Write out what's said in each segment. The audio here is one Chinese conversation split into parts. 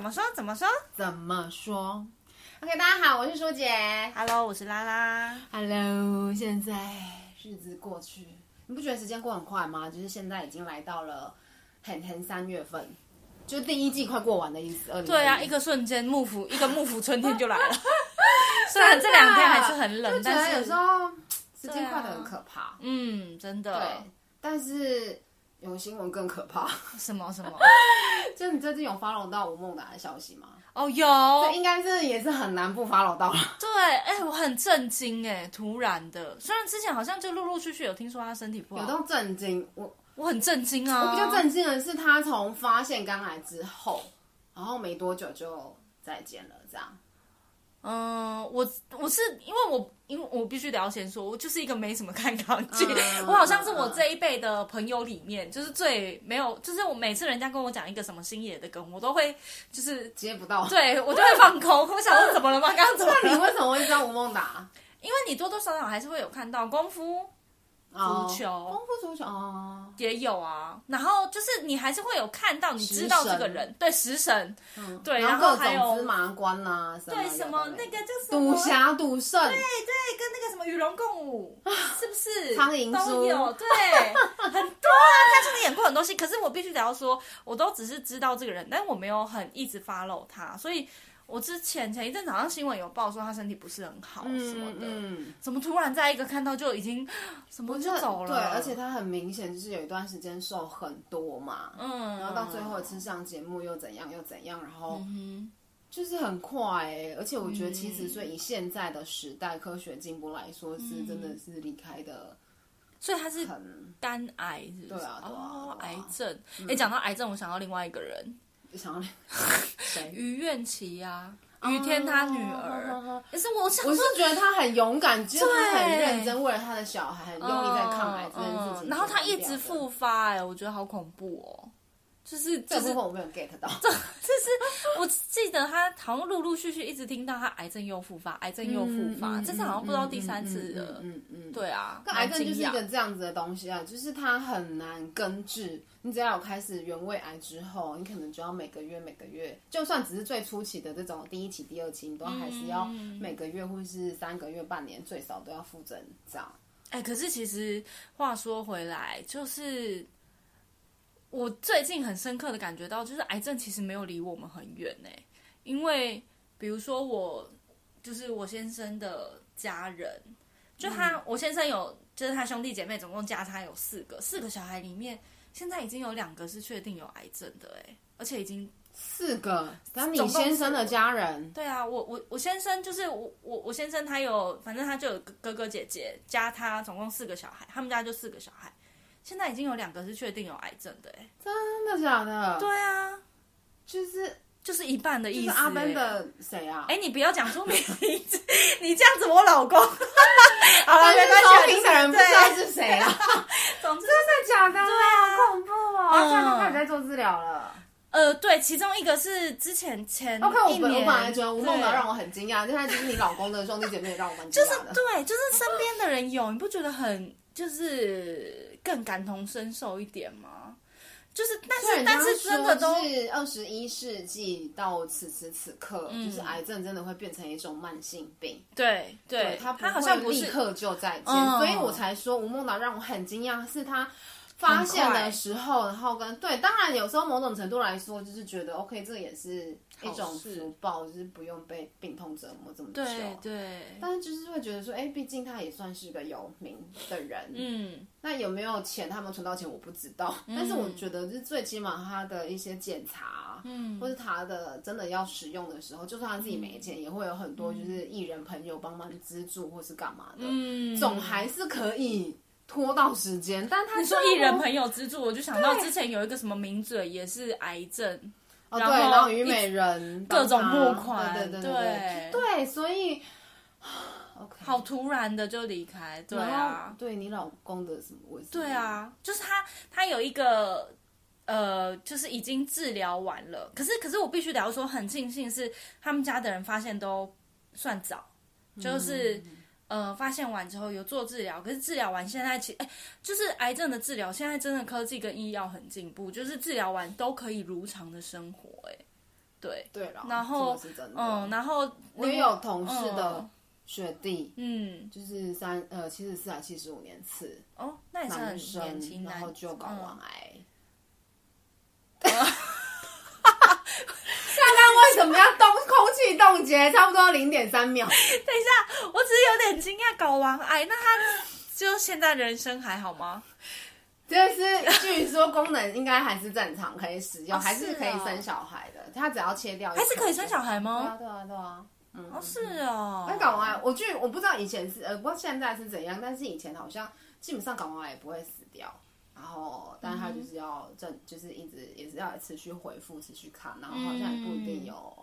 么说怎么说？OK，大家好，我是舒姐。 ？Hello，我是拉拉。 Hello，现在日子过去，你不觉得时间过很快吗？就是现在已经来到了很很三月份，就第一季快过完的意思。对啊，一个个瞬间 幕府，一个幕府春天就来了。虽然这两天还是很冷，啊觉但得是有时候时间快得很可怕。嗯，真的对，但是有新闻更可怕。 什么什么就你最近有 follow 到吴孟达的消息吗？哦，有这应该是也是很难不 follow 到了。对，哎、我很震惊哎，突然的。虽然之前好像就陆陆续续有听说他身体不有好，到震惊，我我很震惊啊。我比较震惊的是，他从发现肝癌之后，然后没多久就再见了，这样。嗯，我我是因为我因为我必须得要先说，我就是一个没什么看港剧，嗯 我好像是我这一辈的朋友里面，就是最没有，就是我每次人家跟我讲一个什么星野的梗，我都会就是接不到。对我就会放空，我想说怎么了吗？刚刚怎么 那你了？为什么会知道吴孟达？因为你多多少少还是会有看到功夫哦足球功夫足球哦，也有啊，然后就是你还是会有看到，你知道这个人对食神，对，然嗯然后后还各种芝有麻官啦，什么对有的什么没的那个叫什么赌侠、赌圣，对，跟那个什么与龙共舞，是不是？啊苍蝇珠都有，对，很多啊。他真的演过很多戏，可是我必须得要说，我都只是知道这个人，但我没有很一直 follow 他，所以我之前前一阵子好像新闻有报说他身体不是很好什么的，嗯，怎么突然在一个看到就已经什么就走了？对，而且他很明显就是有一段时间瘦很多嘛，嗯，然后到最后吃上节目又怎样又怎样，然后嗯就是很快、欸，而且我觉得七十岁以现在的时代科学进步来说，是真的是离开的所以他是很肝癌是不对是，啊对啊哦，对癌啊症。哎、讲到癌症，我想到另外一个人，想要谁？啊于愿琪呀、于天他女哦哦哦儿哦，可是我想我说是觉得他很勇敢，就是他对很认真，为了他的小孩很用力在抗癌这件事情。嗯然后他一直复发、哎，我觉得好恐怖哦。就是就这是部分我没有 get 到，我记得他好像陆陆续续一直听到他癌症又复发，癌症又复发，嗯嗯这次好像不知道第三次了。嗯嗯嗯嗯嗯对啊，那癌症就是一蛮个惊这样子的东西啊，就是它很难根治。你只要有开始原位癌之后，你可能就要每个月每个月，就算只是最初期的这种第一期、第二期，你都还是要嗯每个月或是三个月、半年最少都要复诊这样。讶哎、可是其实话说回来，就是我最近很深刻的感觉到，就是癌症其实没有离我们很远哎、因为比如说我就是我先生的家人，就他、我先生有就是他兄弟姐妹总共加他有四个，四个小孩里面现在已经有两个是确定有癌症的哎、而且已经四个，然后你总共先生的家人，对啊，我我我先生就是我我我先生他有反正他就有哥哥姐姐加他总共四个小孩，他们家就四个小孩，现在已经有两个是确定有癌症的哎、真的假的？对啊，就是就是一半的就意是思、阿哎奔的谁啊？哎、你不要讲出名字， 你这样子我老 公。好了，但没是关系啊，收听的人不知道是谁啊？对 总之，真的假的？对啊，好恐怖哦！嗯现在都开始在做治疗了。呃，对，其中一个是之前前 OK，我一本我年，本来觉得吴孟达对让我很惊讶，但他就是你老公的兄弟姐妹也让我蛮惊就是讶的。对，就是身边的人有，你不觉得很就是更感同身受一点吗？就是，但虽是然但是人真家的说都是二十一世纪到此时此刻，嗯就是癌症真的会变成一种慢性病，对对，它他不好像会不立是刻就再见，嗯所以我才说吴孟达让我很惊讶，是他。发现的时候，然后跟对，当然有时候某种程度来说，就是觉得 OK，这也是一种好事福报，就是不用被病痛折磨这么久。对对，但是就是会觉得说，哎、毕竟他也算是个有名的人，嗯那有没有钱，他们存到钱我不知道，但是我觉得就是最起码他的一些检查，嗯，或是他的真的要使用的时候，就算他自己嗯没钱，也会有很多就是艺人朋友帮忙资助或是干嘛的，嗯，总还是可以拖到时间。但他你说就艺人朋友资助，我就想到之前有一个什么名嘴也是癌症，哦然对，然后后虞一美人各种帮他募款对对对对对对，所以 OK 好突然的就离开，对然后啊，对你老公的什么位置？对，啊，就是他他有一个呃，就是已经治疗完了，可是可是我必须得要说，很庆幸是他们家的人发现都算早，嗯就是。呃，发现完之后有做治疗，可是治疗完现在其哎、就是癌症的治疗，现在真的科技跟医药很进步，就是治疗完都可以如常的生活、哎，对，对了，然后这个是真的，嗯，，然后我也有同事的嗯学弟，嗯，就是三呃七十四还七十五年次，哦，那也是很男年轻生，男，然后就睾嗯丸癌。 刚刚为什么要动空气冻结？差不多零点三秒。 我只是有点惊讶，睾丸癌，那他就现在人生还好吗？就是据说功能应该还是正常，可以使用，哦还是是可以哦生小孩的。他只要切掉一颗还就，是可以生小孩对吗啊，？对啊，对啊。嗯，哦，是哦，那睾丸癌，我据我不知道以前是呃，不知道现在是怎样，但是以前好像基本上睾丸癌也不会死掉，然后但它就是要正，就是一直也是要持续恢复、持续看，然后好像也不一定有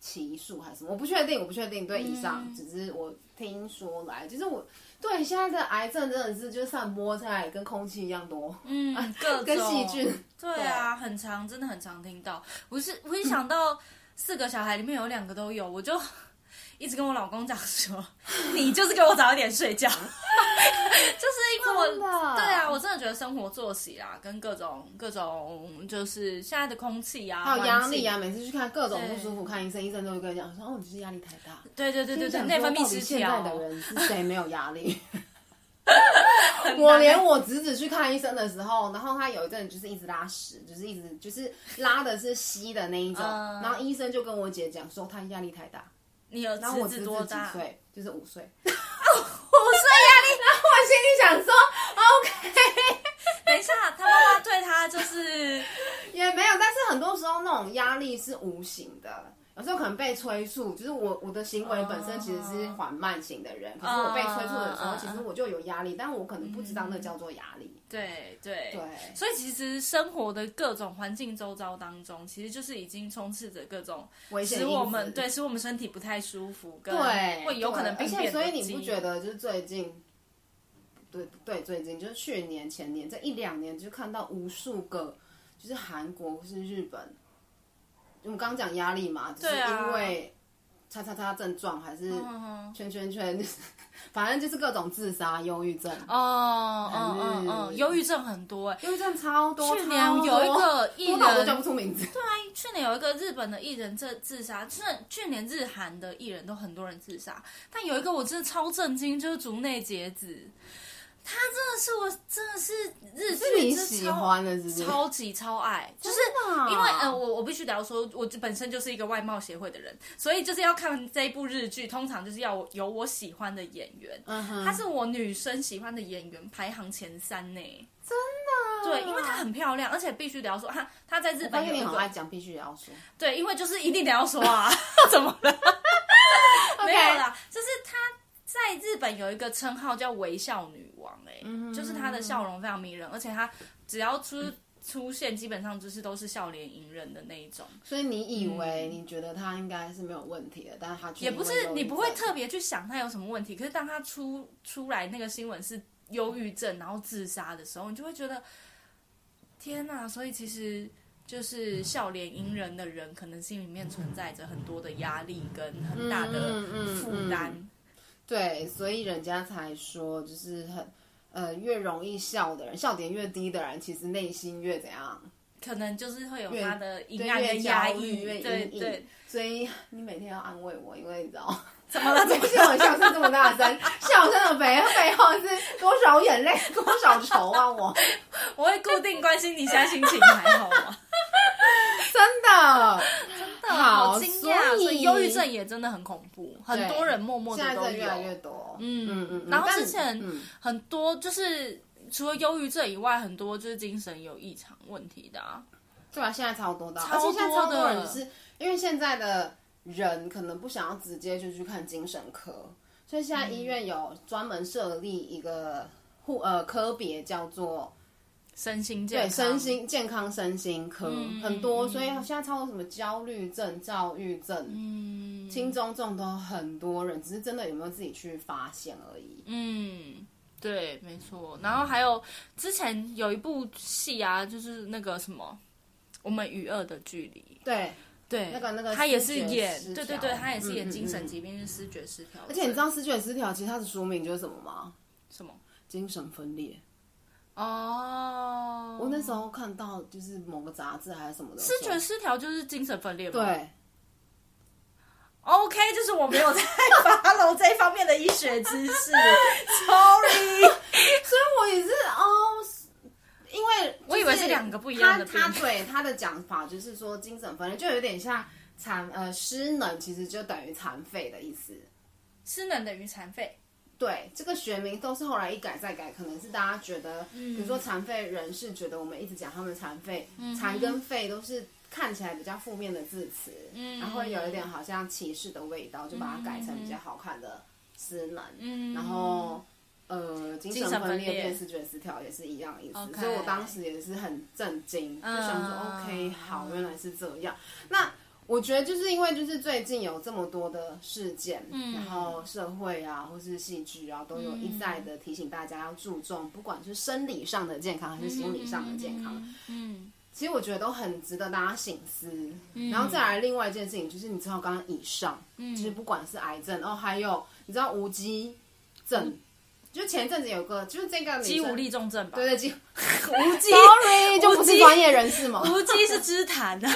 期数还是什么，我不确定，我不确定。对，以上、嗯只是我听说来，就是我对现在的癌症真的是就散播在跟空气一样多，嗯，各跟种细菌。对啊，很常，真的很常听到。不是，我一想到四个小孩里面有两个都有，我就 一直跟我老公讲说，你就是给我早一点睡 觉，就是因为我真的对啊，我真的觉得生活作息啊，跟各种各种就是现在的空气啊，还有压力环境，啊，每次去看各种不舒服，看医生，医生都会跟你讲说，哦，你就是压力太大。对对对对对，想内说分到泌底失现在调，的人是谁没有压 力？很我难连我侄子去看医生的时候，然后他有一阵就是一直拉屎，就是一直就是拉的是稀的那一种，嗯然后医生就跟我姐讲说他压力太大，你有然后我侄侄子子多几 大？岁？就是五岁。五 岁呀！我心里想说等一下，他妈妈对他 就是也没有，但是很多时候那种压力是无形的。有时候可能被催促，就是我我的行为本身其实是缓慢型的人，可是我被催促的时候，哦嗯嗯嗯其实我就有压力，但我可能不知道那叫做压力。对对对，所以其实生活的各种环境周遭当中，其实就是已经充斥着各种危险使因我子们对使我们身体不太舒服，跟对，会有可能对病而且变的所以你基不因觉得就是最近，对对，最近就是去年前年这一两年，就看到无数个就是韩国或是日本，我们刚讲压力嘛，就是对啊因为叉叉叉症状还是嗯圈圈圈， 就是反正就是各种自杀、忧郁症，哦嗯嗯还嗯，是忧郁症很多哎、忧郁症超多。去超年多有一个艺啊多到我都叫人，不出名字，去年有一个日本的艺人这自杀，去去年日韩的艺人都很多人自杀，但有一个我真的超震惊，就是竹内结子，她真的是我真的是日剧是你真的喜超欢啊的，是不是？超级超爱，就是因因为呃，我我必须得要说，我本身就是一个外貌协会的人，所以就是要看这一部日剧，通常就是要我有我喜欢的演员，嗯哼，她是我女生喜欢的演员排行前三呢。真的啊对，因为她很漂亮，而且必须得要说，她她在日发本现有你一很爱个讲，必须也要 说。对，因为就是一定得要 说啊，怎么了？没有啦，就是她在日本有一个称号叫微笑女王、欸，哎、嗯就是她的笑容非常迷人，而且她只要出出现，基本上就是都是笑脸迎人的那一种。所以你以为你觉得他应该是没有问题的，但是他却嗯也不是因为忧郁症你不会特别去想他有什么问题，可是当他出出来那个新闻是忧郁症，然后自杀的时候，你就会觉得天哪、所以其实就是笑脸迎人的人，可能心里面存在着很多的压力跟很大的嗯嗯负嗯担。对，所以人家才说就是很呃越容易笑的人，笑点越低的人，其实内心越怎样，可能就是会有越他的对阴暗越跟压焦虑抑，越对阴影对，所以你每天要安慰我，因为你知 道，怎么了？怎么像我笑声这么大声，笑声的背背后是多少眼泪，多少愁啊 我！我会固定关心你现在心情还好 吗？真 的，真的好好惊讶，所以所以忧郁症也真的很恐怖，很多人默默现的在都有。真的越来越多。嗯嗯嗯，然后但之前嗯很多就是除了忧郁症以外，很多就是精神有异常问题的啊。对啊，现在超多的啊，超多而且现在超多人的就是因为现在的人可能不想要直接就去看精神科，所以现嗯在医院有专门设立一个护呃科别叫做身心健对康，身心健康身心科，嗯很多，嗯所以现在超多什么焦虑症、躁郁症。嗯轻中重都很多人，只是真的有没有自己去发现而已。嗯，对，没错。然后还有之前有一部戏啊，就是那个什么《我们与恶的距离》。对，对，那个那个他也是视觉演，失对对调对，他也是嗯演嗯精神嗯疾病，是视觉失调。而且你知道失觉失调其实它的书名就是什么吗？什么？精神分裂。哦，我那时候看到就是某个杂志还是什么的，知觉失调就是精神分裂吗？对， OK，就是我没有在发楼这一方面的医学知 识，sorry。所以我也是哦，是因为、我以为是两个不一样的病他他对他的讲法就是说，精神分裂就有点像残呃失能，其实就等于残废的意思。失能等于残废，对，这个学名都是后来一改再改，可能是大家觉得，比如说残废人士觉得我们一直讲他们残废，残跟废都是看起来比较负面的字词，然后有一点好像歧视的味道，就把它改成比较好看的失能，嗯然后呃，精精神神分分裂裂变视觉失调也是一样意思 OK 所以我当时也是很震惊，就想说、嗯 OK，好，原来是这样。那我觉得就是因为就是最近有这么多的事件，嗯然后社会啊或是戏剧啊都有一嗯再的提醒大家要注重，不管是生理上的健康还是心理上的健康，嗯，其实我觉得都很值得大家醒思。然后再来另外一件事情，就是你知道刚刚以上，嗯就是不管是癌症哦，还有你知道无机症，就前阵子有个就是这个女肌生无力，重症吧？对对 肌无机 Sorry，就不无是机专业人士嘛， 无肌是肢弹的，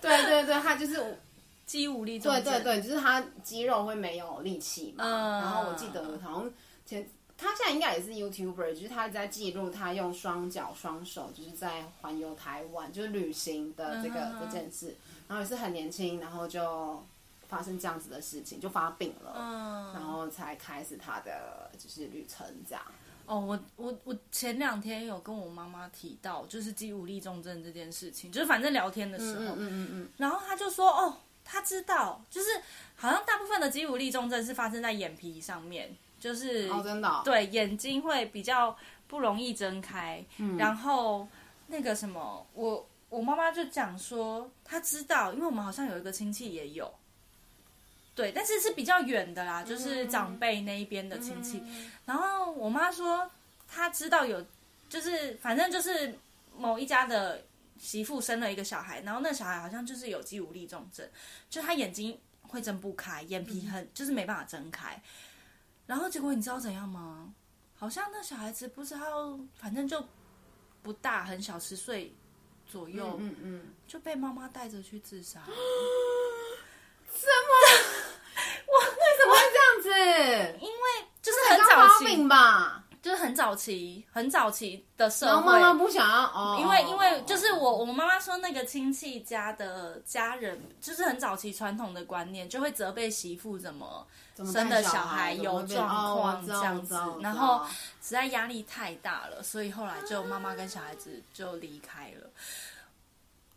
对对对，她就是无 肌无力重 对症。对对，就是她肌肉会没有力气嘛。嗯然后我记得好像前。她现在应该也是 YouTuber，就是她在记录她用双脚双手就是在环游台湾，就是旅行的这个、嗯这件事，然后也是很年轻，然后就发生这样子的事情，就发病了，然嗯，后才开始她的就是旅程这样。哦，我我我前两天有跟我妈妈提到，就是肌无力重症这件事情，就是反正聊天的时候，嗯嗯，然后她就说，哦，她知道，就是好像大部分的肌无力重症是发生在眼皮上面，就是哦真的哦、嗯对，眼睛会比较不容易睁开。然后那个什么，我我妈妈就讲说，她知道，因为我们好像有一个亲戚也有，对，但是是比较远的啦，就是长辈那一边的亲戚。然后我妈说，她知道有，就是反正就是某一家的媳妇生了一个小孩，然后那小孩好像就是有肌无力重症，就他眼睛会睁不开，眼皮嗯很、就是没办法睁开。然后结果你知道怎样吗？好像那小孩子不知道，反正就不大，很小，十岁左右、嗯嗯，就被妈妈带着去 自杀。怎么会这样子？因为就是很很早发期，病吧？就是很早期，很早期的社然后会，妈妈不想要哦，因为因为就是我我妈妈说那个亲戚家的家人，就是很早期传统的观念，就会责备媳妇怎么怎么带生的小小孩怎有么会变状哦我况知道这样我知道子我然知后道实在压力太大了，所以后来就妈妈跟小孩子就离开了。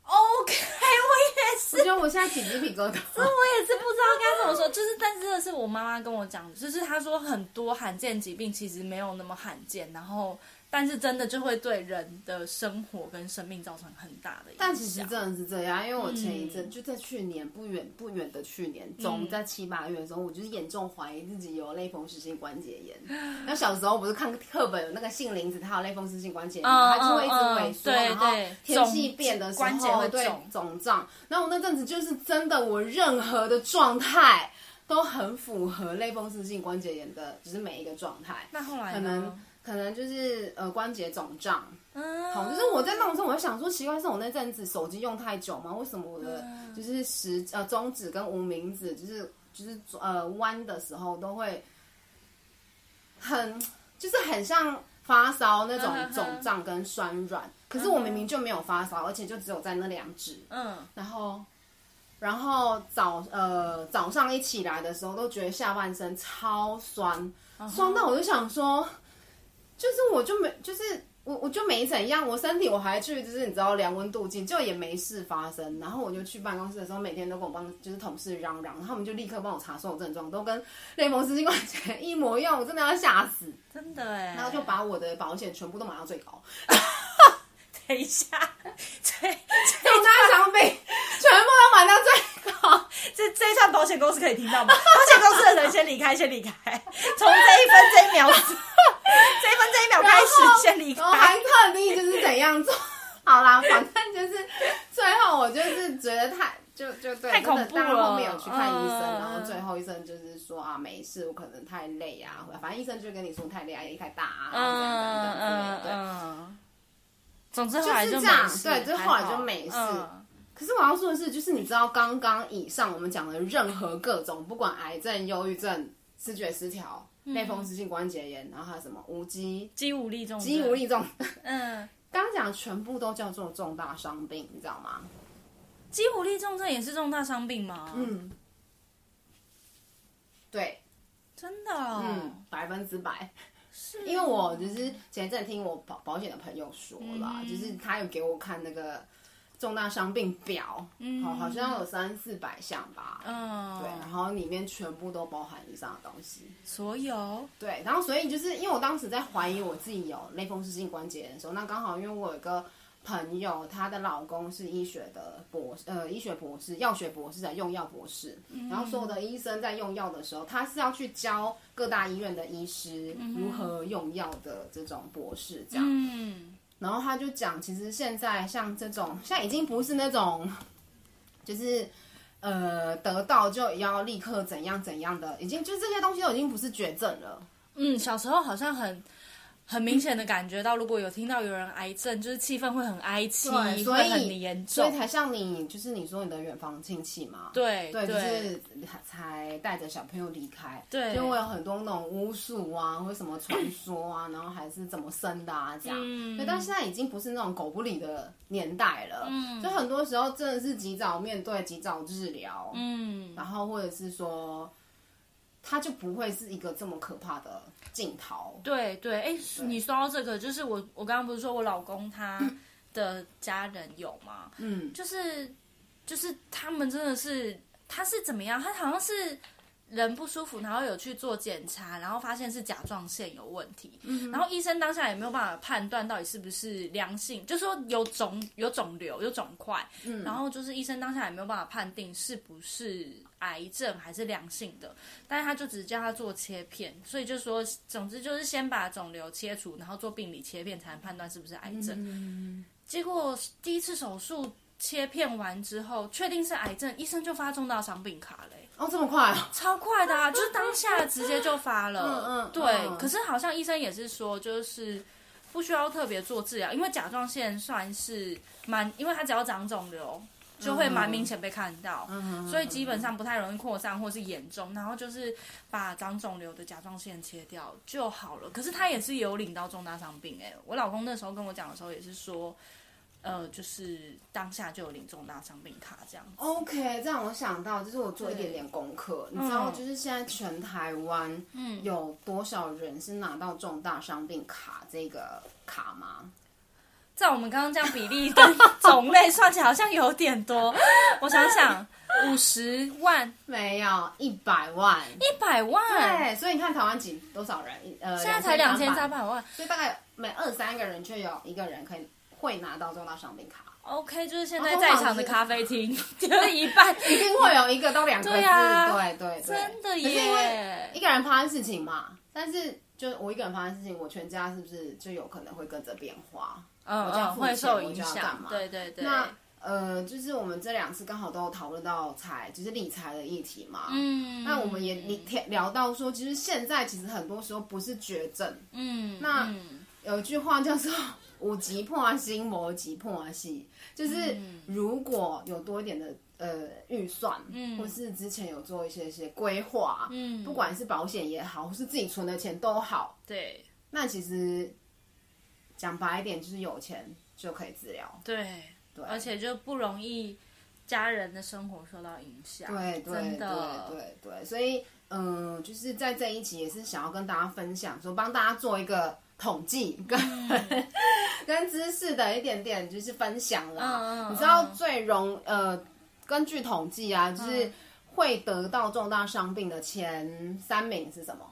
OK，我也是我觉得我现在起鸡皮疙瘩。我也是不知道该怎么说，就是但是真的是我妈妈跟我讲的，就是她说很多罕见疾病其实没有那么罕见，然后但是真的就会对人的生活跟生命造成很大的影响。但其实真的是这样，因为我前一嗯阵、就在去年不远不远的去年中，在七八月的时候，我就是严重怀疑自己有类风湿性关节炎。那小时候不是看课本有那个杏林子，它有类风湿性关节炎，嗯它就会一直萎缩，嗯嗯然后对对天气变的时关节候会对肿肿胀。然后我那阵子就是真的，我任何的状态都很符合类风湿性关节炎的，只、是每一个状态。那后来可呢能可能就是呃关节肿胀，嗯，好，就是我在弄的时候，我就想说，奇怪，是我那阵子手机用太久吗？为什么我的就是食呃中指跟无名指，就是就是呃弯的时候都会很就是很像发烧那种嗯哼哼肿胀跟酸软，可是我明明就没有发烧，而且就只有在那两指，嗯，然后。然后早呃早上一起来的时候，都觉得下半身超酸，酸到我就想说，就是我就没，就是我我就没怎样，我身体我还去就是你知道量温度计，就也没事发生。然后我就去办公室的时候，每天都跟我帮就是同事嚷嚷，然后他们就立刻帮我查所有症状，都跟类风湿性关节炎一模一样，我真的要吓死。真的哎，然后就把我的保险全部都买到最高， 等一下， 这跟他相比，全部都买到最高。这这一串保险公司可以听 到吗？保险公司的人先离开，先离开，从这一分这一秒， 这一分这一秒开然后始先离然后还开。特地就是怎样做。好啦，反正就是最后我就是觉得太就就对，太恐怖真的到后面了有去看医生，嗯然后最后医生就是说啊，没事，我可能太累啊，反正医生就跟你说太累啊，压力太大啊，然后怎样怎样怎样之类的。嗯对嗯，总之后就来是没这样事对就还后来就好没事嗯可是我要说的是，就是你知道刚刚以上我们讲的任何各种，不管癌症、忧郁症、视觉失调、嗯类风湿性关节炎，然后还有什么无机、肌无力重，肌无力，这种， 嗯，刚刚讲的全部都叫做重大伤病，你知道吗？肌无力重症也是重大伤病吗？嗯，嗯，对，真的哦，嗯，百分之百。是哦因为我就是前一阵听我保保险的朋友说啦，就是他有给我看那个重大伤病表，好好像有三四百项吧，嗯，对，然后里面全部都包含以上的东西，所有对，然后所以就是因为我当时在怀疑我自己有类风湿性关节炎的时候，那刚好因为我有一个朋友，她的老公是医学的博呃医学博士、药学博士的用药博士，然后所有的医生在用药的时候，他是要去教各大医院的医师如何用药的这种博士这样，嗯，然后他就讲，其实现在像这种，现在已经不是那种，就是呃得到就要立刻怎样怎样的，已经就是这些东西都已经不是绝症了。嗯，小时候好像很很明显的感觉到，如果有听到有人癌症，就是气氛会很哀戚，对所会以很严所以重。才像你，就是你说你的远房亲戚嘛，对对，就对，是才带着小朋友离开，对就会有很多那种巫术啊，或什么传说啊，然后还是怎么生的啊这样，嗯对，但现在已经不是那种狗不理的年代了，嗯，所以很多时候真的是及早面对，及早治疗，嗯，然后或者是说，它就不会是一个这么可怕的镜头，对对，哎、你说到这个，就是我我刚刚不是说我老公他的家人有吗？嗯，就是就是他们真的是他是怎么样？他好像是人不舒服，然后有去做检查，然后发现是甲状腺有问题，然后医生当下也没有办法判断到底是不是良性，就说有肿有肿瘤有肿块，然后就是医生当下也没有办法判定是不是癌症还是良性的，但是他就只叫他做切片，所以就说总之就是先把肿瘤切除，然后做病理切片才能判断是不是癌症。结果第一次手术切片完之后，确定是癌症，医生就发重大伤病卡嘞、哦，这么快啊，超快的啊，就是当下直接就发了。嗯嗯对。嗯可是好像医生也是说，就是不需要特别做治疗，因为甲状腺算是蛮，因为它只要长肿瘤。就会蛮明显被看到，嗯所以基本上不太容易扩散或是严重。然后就是把长肿瘤的甲状腺切掉就好了。可是他也是有领到重大伤病哎、我老公那时候跟我讲的时候也是说，呃，就是当下就有领重大伤病卡这样。 OK，这让我想到，就是我做一点点功课，嗯你知道，就是现在全台湾，嗯，有多少人是拿到重大伤病卡这个卡吗？在我们刚刚这样比例跟种类算起来，好像有点多。我想 想，五十万、没有，一百万。一百万，对，所以你看台湾几多少人？一呃，现在才两千三三，百万。所以大概每二三个人就有一个人可以会拿到重大伤病 卡， OK，就是现哦在在场的咖啡厅， 就是一半， 一定会有一个到两个字。对啊对对对，真的可是因为耶一！个人发生事情嘛，但是就是我一个人发生事情，我全家是不是就有可能会跟着变化？嗯就要嗯，付钱会受我影就要干响嘛，对对对。那呃，就是我们这两次刚好都有讨论到财，就是理财的议题嘛。嗯，那我们也你聊到说，其实现在其实很多时候不是绝症，嗯，那嗯有一句话叫做“五级破心，魔级破戏”，就是如果有多一点的呃预算，嗯或是之前有做一些些规划，嗯不管是保险也好，或是自己存的钱都好，对那其实讲白一点，就是有钱就可以治疗。对对而且就不容易家人的生活受到影响，对对真对的对对，所以嗯、呃就是在这一集也是想要跟大家分享，说帮大家做一个统计跟、嗯 跟知识的一点点就是分享啦。嗯嗯你知道最容呃，根据统计啊，就是嗯会得到重大伤病的前三名是什么？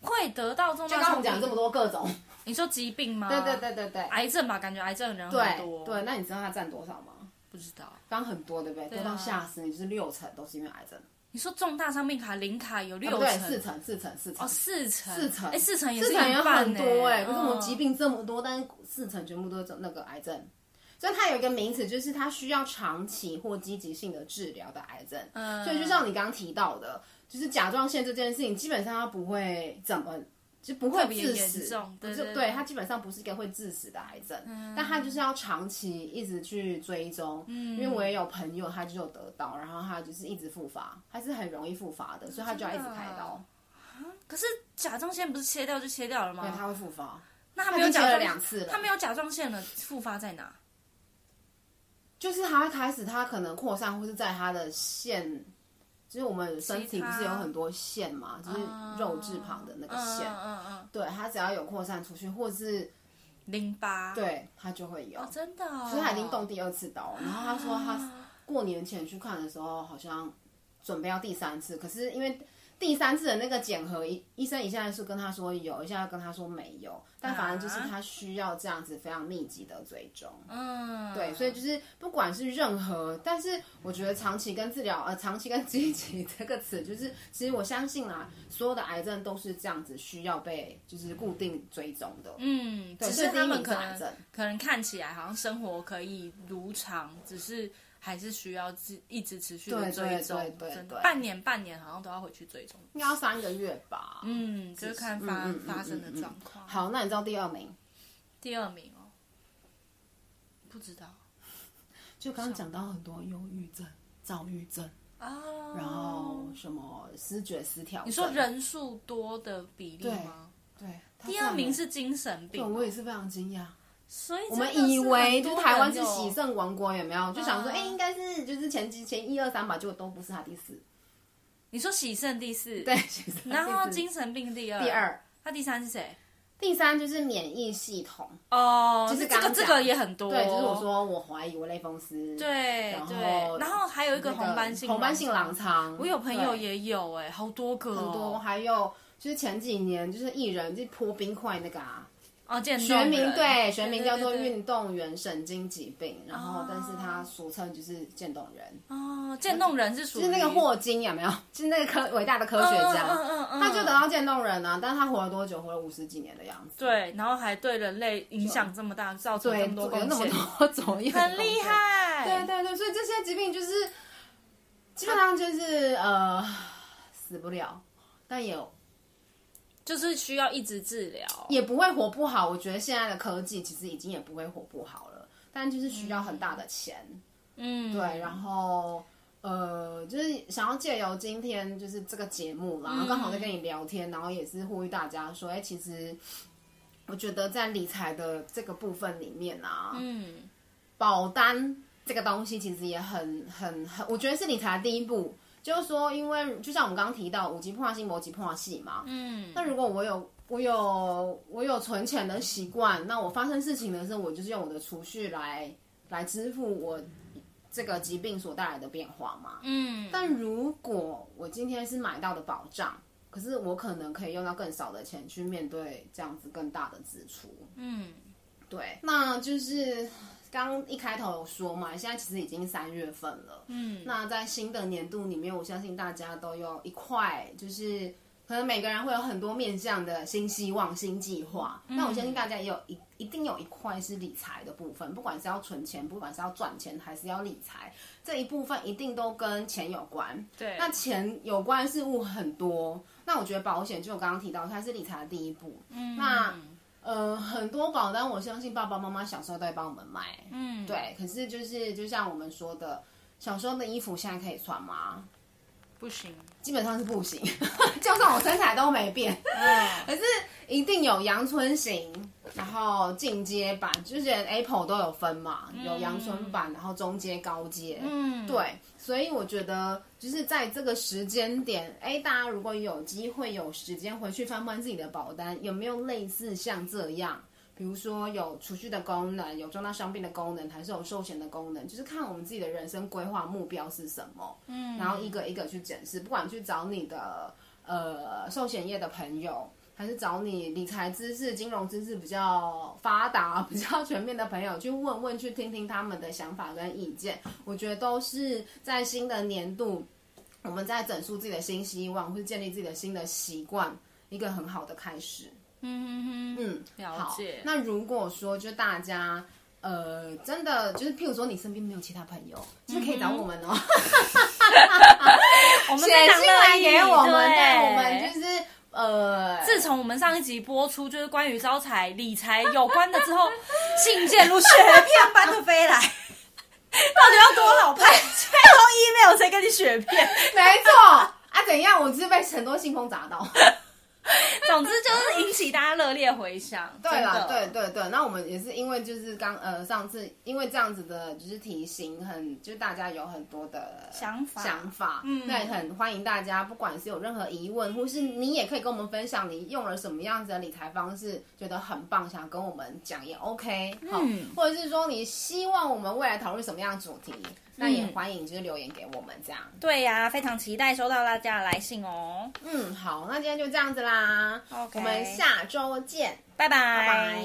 会得到重就大刚刚我们伤讲这么，多各种，你说疾病吗？对对对对对。癌症吧，感觉癌症的人很多。对对，，那你知道它占多少吗？不知道。刚很多，对不对？啊多到吓死你，就是六成都是因为癌症，你说重大伤病卡零卡有啊六不对，成，四成，四成，四成，哦，四成，四成哎，四成也是四一成也半很多哎、哎，可是我们嗯疾病这么多，但是四成全部都是那个癌症，就它有一个名词，就是它需要长期或积极性的治疗的癌症。嗯所以就像你刚刚提到的，就是甲状腺这件事情，基本上它不会怎么。就不会特别致严死重，不对是对对嗯对它基本上不是一个会致死的癌症，但它就是要长期一直去追踪。嗯因为我也有朋友，他就有得到，然后他就是一直复发，他是很容易复发的，所以他就要一直真的啊开刀，可是甲状腺不是切掉就切掉了对，吗？他会复发。那他他没有已经甲切了状两次了他没有甲状腺了，复发在哪？就是它开始它可能扩散，或是在它的腺，就是我们身体不是有很多腺嘛，就是肉质旁的那个腺，啊嗯嗯嗯，对，它只要有扩散出去，或是淋巴，，对它就会有，哦，真的、啊哦，所以他已经动第二次刀了。然后他说他过年前去看的时候，好像准备要第三次，可是因为第三次的那个检核，医医生一下是跟他说有，一下跟他说没有，但反正啊就是他需要这样子非常密集的追踪。嗯，对，所以就是不管是任何，但是我觉得长期跟治疗，呃，长期跟积极这个词，就是其实我相信啦，所有的癌症都是这样子需要被就是固定追踪的。嗯，只所以是第一他们名可是癌症能可能看起来好像生活可以如常，只是还是需要自一直持续的对对追踪，对对真的对半年半年好像都要回去追踪，应该要三个月吧。嗯，就是看发、嗯嗯嗯发生嗯的嗯状况。好，那你知道第二名？第二名哦，不知道就刚刚讲到很多忧郁症、躁郁症，哦，然后什么视觉失调症。你说人数多的比例吗？对？他第这二样名欸是精神对，病，哦我也是非常惊讶。所以我我们以为就是台湾是喜盛，盛王国，有没有？就想说，嗯哎、应该是就是前几前一二三吧，结果都不是他第四， 你说喜盛第四，对，喜盛 然后第四精神病第二，第，二，那第三是谁？第三就是免疫系统，哦，就是这刚个刚这讲个也很多，哦对，就是我说我怀疑我类风湿，对然后对，然后还有一个那红斑性红斑性狼狼疮，疮，我有朋友对也有哎，好多个很多，哦，还有就是前几年就是艺人就泼冰块那个啊，哦，健学动名人对，学名叫做对对运动员神经疾病，然后哦但是他俗称就是渐冻人，哦，渐冻人是就属于是那个霍金有没 有？就是那个科伟大的科学家。嗯嗯嗯，他就得到渐冻人啊，但是他活了多久？活了五十几年的样子。对，然后还对人类影响这么大，造成这对，么多有贡那么献，多种类，很厉。害，对对对，所以这些疾病就是基本上就是呃 死不了，但也有就是需要一直治疗，也不会活不好。我觉得现在的科技其实已经也不会活不好了，但就是需要很大的钱。嗯，对，然后呃，就是想要借由今天就是这个节目啦，然后刚嗯好在跟你聊天，然后也是呼吁大家说，哎、其实我觉得在理财的这个部分里面啊，嗯，保单这个东西其实也很很很，我觉得是理财的第一步。就是说，因为就像我们刚刚提到五级破性、摩级破系嘛，嗯，那如果我有我有我有存钱的习惯，那我发生事情的时候，我就是用我的储蓄来来支付我这个疾病所带来的变化嘛。嗯，但如果我今天是买到的保障，可是我可能可以用到更少的钱去面对这样子更大的支出。嗯，对，那就是刚一开头有说嘛，现在其实已经三月份了。嗯，那在新的年度里面，我相信大家都有一块，就是可能每个人会有很多面向的新希望、新计划。那我相信大家也有一一定有一块是理财的部分，不管是要存钱，不管是要赚钱，还是要理财，这一部分一定都跟钱有关。对，那钱有关的事物很多，那我觉得保险就我刚刚提到，它是理财的第一步。嗯，那呃，很多保单我相信爸爸妈妈小时候都会帮我们买，嗯，对。可是就是就像我们说的，小时候的衣服现在可以穿吗？不行，基本上是不行， 就算我身材都没变，可是一定有阳春型，然后进阶版，就是连 Apple 都有分嘛，有阳春版，然后中阶、高阶，嗯，对，所以我觉得就是在这个时间点，哎，大家如果有机会有时间回去翻翻自己的保单，有没有类似像这样，比如说有储蓄的功能，有重大伤病的功能，还是有寿险的功能，就是看我们自己的人生规划目标是什么，嗯，然后一个一个去检视，不管去找你的呃寿险业的朋友。还是找你理财知识、金融知识比较发达、比较全面的朋友去问问，去听听他们的想法跟意见。我觉得都是在新的年度，我们在整肃自己的新希望，或是建立自己的新的习惯，一个很好的开始。嗯哼哼，嗯，了好解。那如果说就大家。呃，真的就是，譬如说你身边没有其他朋友，就是可以找我们嗯哦、 我们写非常信乐来意啊给我们，对但我们就是呃，自从我们上一集播出就是关于招财理财有关的之后，信件如雪片般的飞 来，到底要多老派？ 最后 email 才跟你雪片。没错啊，怎样？我是被很多信封砸到。总之就是引起大家热烈回响。对啦，真对对的，对，那我们也是因为就是刚呃上次因为这样子的，就是提醒很，就是大家有很多的想法想法，嗯那也很欢迎大家，不管是有任何疑问，或是你也可以跟我们分享你用了什么样子的理财方式，觉得很棒，想跟我们讲也 OK，好、或者是说你希望我们未来讨论什么样的主题，那也欢迎就是留言给我们这样。对呀、非常期待收到大家的来信哦。嗯，好，那今天就这样子啦 OK 我们下周见，拜拜拜。拜